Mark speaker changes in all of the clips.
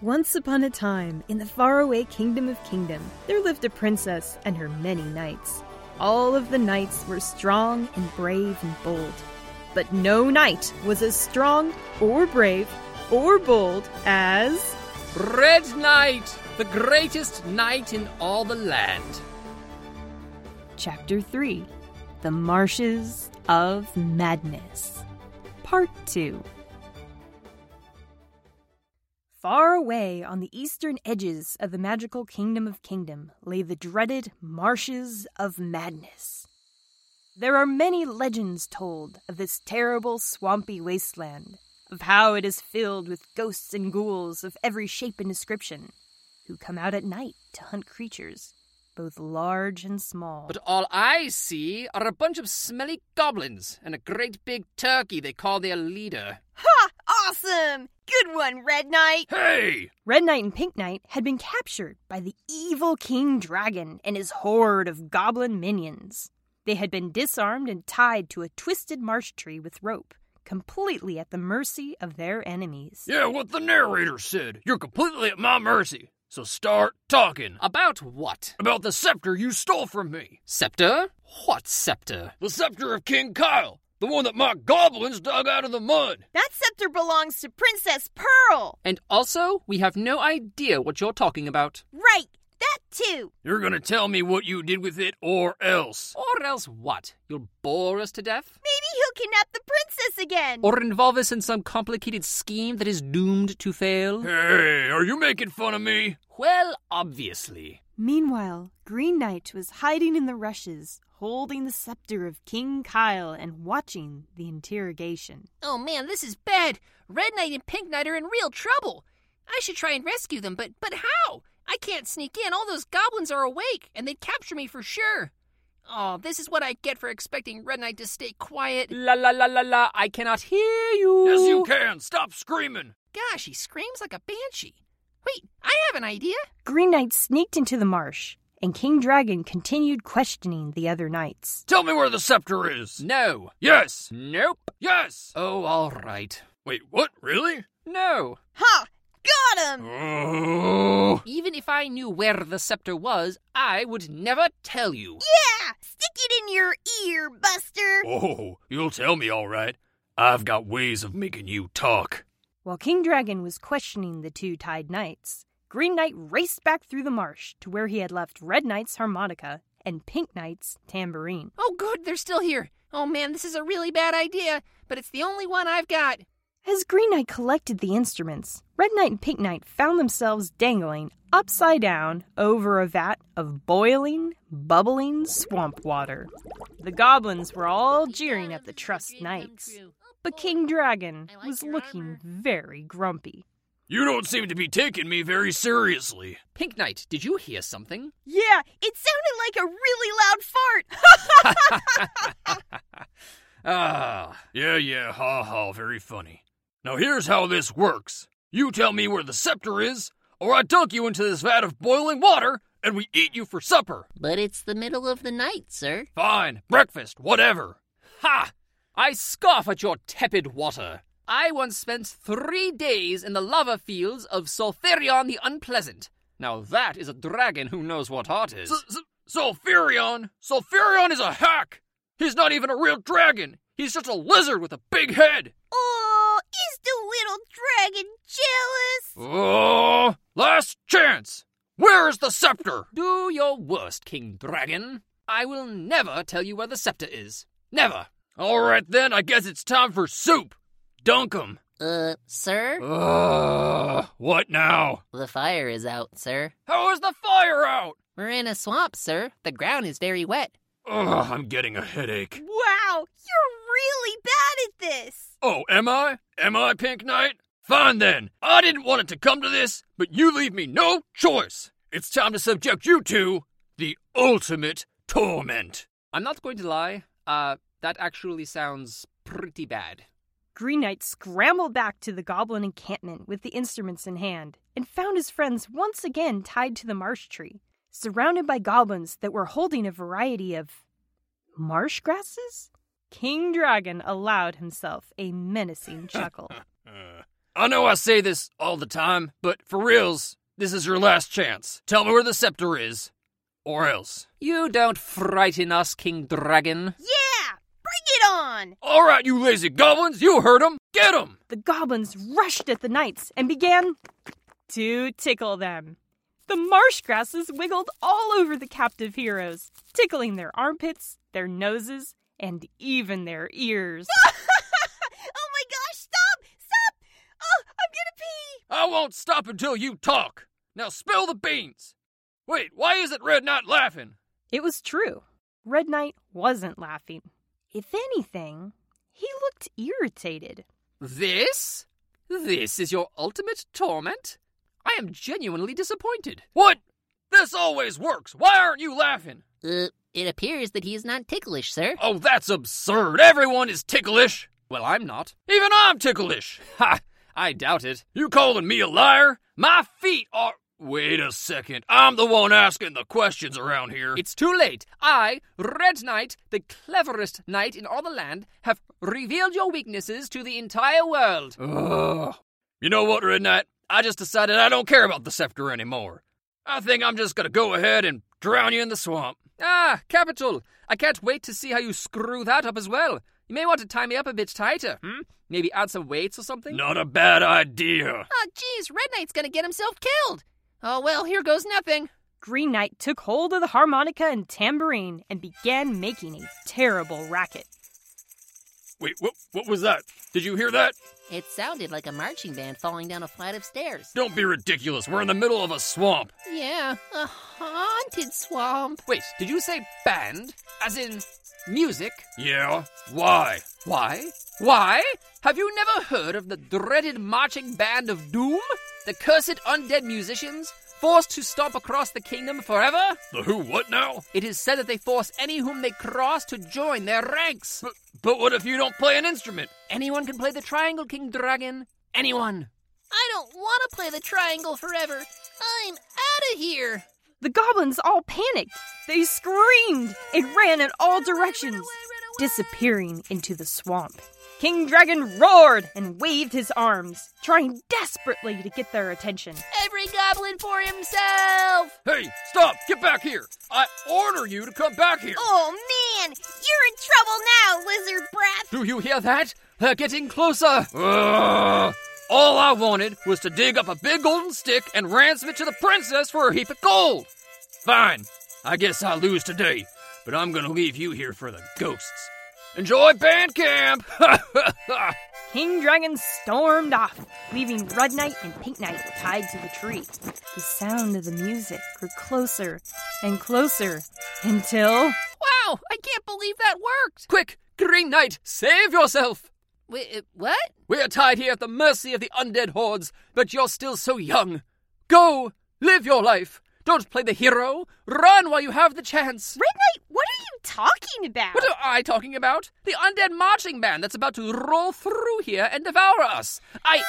Speaker 1: Once upon a time, in the faraway kingdom of kingdom, there lived a princess and her many knights. All of the knights were strong and brave and bold. But no knight was as strong or brave or bold as.
Speaker 2: Red Knight, the greatest knight in all the land.
Speaker 1: Chapter 3 The Marshes of Madness. Part 2 Far away on the eastern edges of the magical kingdom of kingdom lay the dreaded Marshes of Madness. There are many legends told of this terrible swampy wasteland, of how it is filled with ghosts and ghouls of every shape and description, who come out at night to hunt creatures, both large and small.
Speaker 2: But all I see are a bunch of smelly goblins and a great big turkey they call their leader.
Speaker 3: Awesome! Good one, Red Knight!
Speaker 2: Hey!
Speaker 1: Red Knight and Pink Knight had been captured by the evil King Dragon and his horde of goblin minions. They had been disarmed and tied to a twisted marsh tree with rope, completely at the mercy of their enemies.
Speaker 4: Yeah, what the narrator said. You're completely at my mercy. So start talking
Speaker 2: About what?
Speaker 4: about the scepter you stole from me.
Speaker 2: Scepter? What scepter?
Speaker 4: The scepter of King Kyle, the one that my goblins dug out of the mud.
Speaker 3: That scepter belongs to Princess Pearl!
Speaker 2: And also, we have no idea what you're talking about.
Speaker 3: Right, that too!
Speaker 4: You're gonna tell me what you did with it or else.
Speaker 2: Or else what? You'll bore us to death?
Speaker 3: Maybe he'll kidnap the princess again!
Speaker 2: Or involve us in some complicated scheme that is doomed to fail?
Speaker 4: Hey, are you making fun of me?
Speaker 2: Well, obviously.
Speaker 1: Meanwhile, Green Knight was hiding in the rushes, holding the scepter of King Kyle and watching the interrogation.
Speaker 5: Oh man, this is bad. Red Knight and Pink Knight are in real trouble. I should try and rescue them, but but how? I can't sneak in. All those goblins are awake, and they'd capture me for sure. Oh, this is what I get for expecting Red Knight to stay quiet.
Speaker 2: La la la la la, I cannot hear you.
Speaker 4: Yes, you can. Stop screaming.
Speaker 5: Gosh, he screams like a banshee. Wait, I have an idea.
Speaker 1: Green Knight sneaked into the marsh, and King Dragon continued questioning the other knights.
Speaker 4: Tell me where the scepter is.
Speaker 2: No.
Speaker 4: Yes.
Speaker 2: Nope.
Speaker 4: Yes.
Speaker 2: Oh, all right.
Speaker 4: Wait, what? Really?
Speaker 2: No.
Speaker 3: Ha! Got him!
Speaker 4: Oh.
Speaker 2: Even if I knew where the scepter was, I would never tell you.
Speaker 3: Yeah! Stick it in your ear, Buster!
Speaker 4: Oh, you'll tell me all right. I've got ways of making you talk.
Speaker 1: While King Dragon was questioning the two tied knights, Green Knight raced back through the marsh to where he had left Red Knight's harmonica and Pink Knight's tambourine.
Speaker 5: Oh, good, they're still here. Oh man, this is a really bad idea, but it's the only one I've got.
Speaker 1: As Green Knight collected the instruments, Red Knight and Pink Knight found themselves dangling upside down over a vat of boiling, bubbling swamp water. The goblins were all jeering at the trussed knights, but King Dragon was looking very grumpy.
Speaker 4: You don't seem to be taking me very seriously.
Speaker 2: Pink Knight, did you hear something?
Speaker 3: Yeah, it sounded like a really loud fart!
Speaker 2: Ah.
Speaker 4: Yeah, yeah, ha ha, very funny. Now here's how this works. You tell me where the scepter is, or I dunk you into this vat of boiling water, and we eat you for supper.
Speaker 5: But it's the middle of the night, sir.
Speaker 4: Fine, breakfast, whatever.
Speaker 2: ha! I scoff at your tepid water. I once spent three days in the lava fields of Solferion the Unpleasant. Now that is a dragon who knows what heart is.
Speaker 4: S- s- Sulfurion! Sulfurion is a hack! He's not even a real dragon! He's just a lizard with a big head!
Speaker 3: oh, is the little dragon jealous?
Speaker 4: Oh, last chance! Where is the scepter?
Speaker 2: Do your worst, King Dragon. I will never tell you where the scepter is. Never.
Speaker 4: All right then, I guess it's time for soup. Dunk 'em.
Speaker 6: Uh, sir?
Speaker 4: Ugh, what now?
Speaker 6: The fire is out, sir.
Speaker 4: How is the fire out?
Speaker 6: We're in a swamp, sir. The ground is very wet.
Speaker 4: Ugh, I'm getting a headache.
Speaker 3: Wow, you're really bad at this!
Speaker 4: Oh, am I? Am I, Pink Knight? Fine then. I didn't want it to come to this, but you leave me no choice. It's time to subject you to the ultimate torment.
Speaker 2: I'm not going to lie. Uh, that actually sounds pretty bad.
Speaker 1: Green Knight scrambled back to the goblin encampment with the instruments in hand and found his friends once again tied to the marsh tree, surrounded by goblins that were holding a variety of marsh grasses? King Dragon allowed himself a menacing chuckle.
Speaker 4: Uh, I know I say this all the time, but for reals, this is your last chance. Tell me where the scepter is, or else.
Speaker 2: You don't frighten us, King Dragon.
Speaker 3: Yeah! Bring it on!
Speaker 4: All right, you lazy goblins, you heard 'em. Get 'em.
Speaker 1: The goblins rushed at the knights and began to tickle them. The marsh grasses wiggled all over the captive heroes, tickling their armpits, their noses, and even their ears.
Speaker 3: Oh my gosh, stop! Stop! Oh, I'm gonna pee!
Speaker 4: I won't stop until you talk. Now spill the beans. Wait, why isn't Red Knight laughing?
Speaker 1: It was true. Red Knight wasn't laughing. If anything, he looked irritated.
Speaker 2: This? This is your ultimate torment? I am genuinely disappointed.
Speaker 4: What? This always works. Why aren't you laughing?
Speaker 6: Uh, it appears that he is not ticklish, sir.
Speaker 4: Oh, that's absurd. Everyone is ticklish.
Speaker 2: Well, I'm not.
Speaker 4: Even I'm ticklish.
Speaker 2: Ha! I doubt it.
Speaker 4: You calling me a liar? My feet are. Wait a second. I'm the one asking the questions around here.
Speaker 2: It's too late. I, Red Knight, the cleverest knight in all the land, have revealed your weaknesses to the entire world.
Speaker 4: Ugh. You know what, Red Knight? I just decided I don't care about the scepter anymore. I think I'm just gonna go ahead and drown you in the swamp.
Speaker 2: Ah, capital! I can't wait to see how you screw that up as well. You may want to tie me up a bit tighter, hmm? Maybe add some weights or something?
Speaker 4: Not a bad idea.
Speaker 5: Oh, geez, Red Knight's gonna get himself killed. Oh, well, here goes nothing.
Speaker 1: Green Knight took hold of the harmonica and tambourine and began making a terrible racket.
Speaker 4: Wait, what, what was that? Did you hear that?
Speaker 6: It sounded like a marching band falling down a flight of stairs.
Speaker 4: Don't be ridiculous. We're in the middle of a swamp.
Speaker 6: Yeah, a haunted swamp.
Speaker 2: Wait, did you say band? As in music?
Speaker 4: Yeah? Why?
Speaker 2: Why? Why? Have you never heard of the dreaded marching band of doom? The cursed undead musicians? Forced to stomp across the kingdom forever?
Speaker 4: The who what now?
Speaker 2: It is said that they force any whom they cross to join their ranks.
Speaker 4: But, but what if you don't play an instrument?
Speaker 2: Anyone can play the triangle, King Dragon. Anyone.
Speaker 5: I don't wanna play the triangle forever. I'm out of here.
Speaker 1: The goblins all panicked. They screamed and ran in all directions, disappearing into the swamp. King Dragon roared and waved his arms, trying desperately to get their attention.
Speaker 5: Every goblin for himself.
Speaker 4: Hey, stop! Get back here! I order you to come back here!
Speaker 3: Oh man! You're in trouble now, lizard breath!
Speaker 2: Do you hear that? They're getting closer.
Speaker 4: Ugh. All I wanted was to dig up a big golden stick and ransom it to the princess for a heap of gold. Fine. I guess I lose today, but I'm gonna leave you here for the ghosts. Enjoy band camp!
Speaker 1: King Dragon stormed off, leaving Red Knight and Pink Knight tied to the tree. The sound of the music grew closer and closer until.
Speaker 5: Wow, I can't believe that worked.
Speaker 2: Quick, Green Knight, save yourself!
Speaker 5: Wait, uh, what?
Speaker 2: We're tied here at the mercy of the undead hordes, but you're still so young. Go! Live your life! Don't play the hero! Run while you have the chance!
Speaker 3: Red Knight, what are you talking about?
Speaker 2: What am I talking about? The undead marching band that's about to roll through here and devour us! I.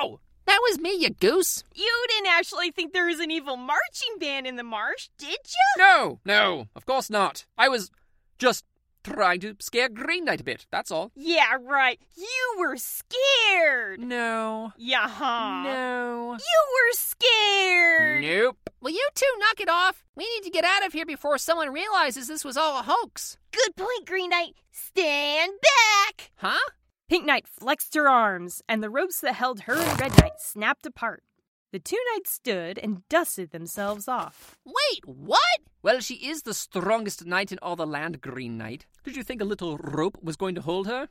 Speaker 2: Ow!
Speaker 5: That was me, you goose.
Speaker 3: You didn't actually think there was an evil marching band in the marsh, did you?
Speaker 2: No, no, of course not. I was just trying to scare Green Knight a bit, that's all.
Speaker 3: Yeah, right. You were scared.
Speaker 2: No.
Speaker 3: Yeah. huh. You
Speaker 2: No.
Speaker 3: were scared.
Speaker 2: Nope.
Speaker 5: Will you two knock it off? We need to get out of here before someone realizes this was all a hoax.
Speaker 3: Good point, Green Knight. Stand back.
Speaker 5: Huh?
Speaker 1: Pink Knight flexed her arms, and the ropes that held her and Red Knight snapped apart. The two knights stood and dusted themselves off.
Speaker 5: Wait, what?
Speaker 2: Well, she is the strongest knight in all the land, Green Knight. Did you think a little rope was going to hold her?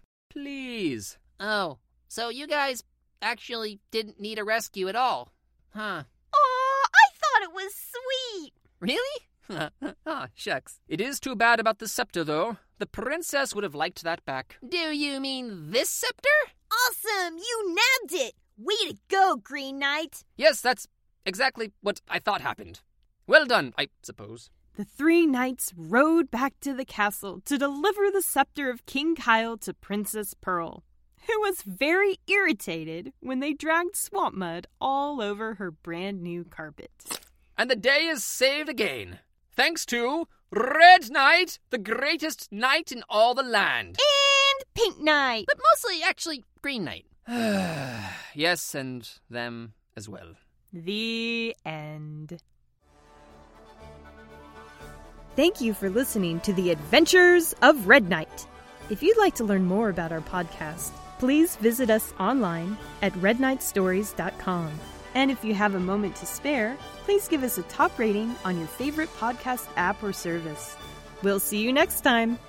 Speaker 2: Please.
Speaker 6: Oh, so you guys actually didn't need a rescue at all, huh?
Speaker 3: Aw, I thought it was sweet.
Speaker 6: Really?
Speaker 2: ah, shucks. It is too bad about the scepter, though. The princess would have liked that back.
Speaker 5: Do you mean this scepter?
Speaker 3: Awesome. You nabbed it. Way to go, Green Knight.
Speaker 2: Yes, that's exactly what I thought happened. Well done, I suppose.
Speaker 1: The three knights rode back to the castle to deliver the scepter of King Kyle to Princess Pearl, who was very irritated when they dragged swamp mud all over her brand new carpet.
Speaker 2: And the day is saved again. Thanks to Red Knight, the greatest knight in all the land.
Speaker 3: And Pink Knight.
Speaker 5: But mostly, actually, Green Knight.
Speaker 2: yes, and them as well.
Speaker 1: The end. Thank you for listening to The Adventures of Red Knight. If you'd like to learn more about our podcast, please visit us online at redknightstories.com. And if you have a moment to spare, please give us a top rating on your favorite podcast app or service. We'll see you next time.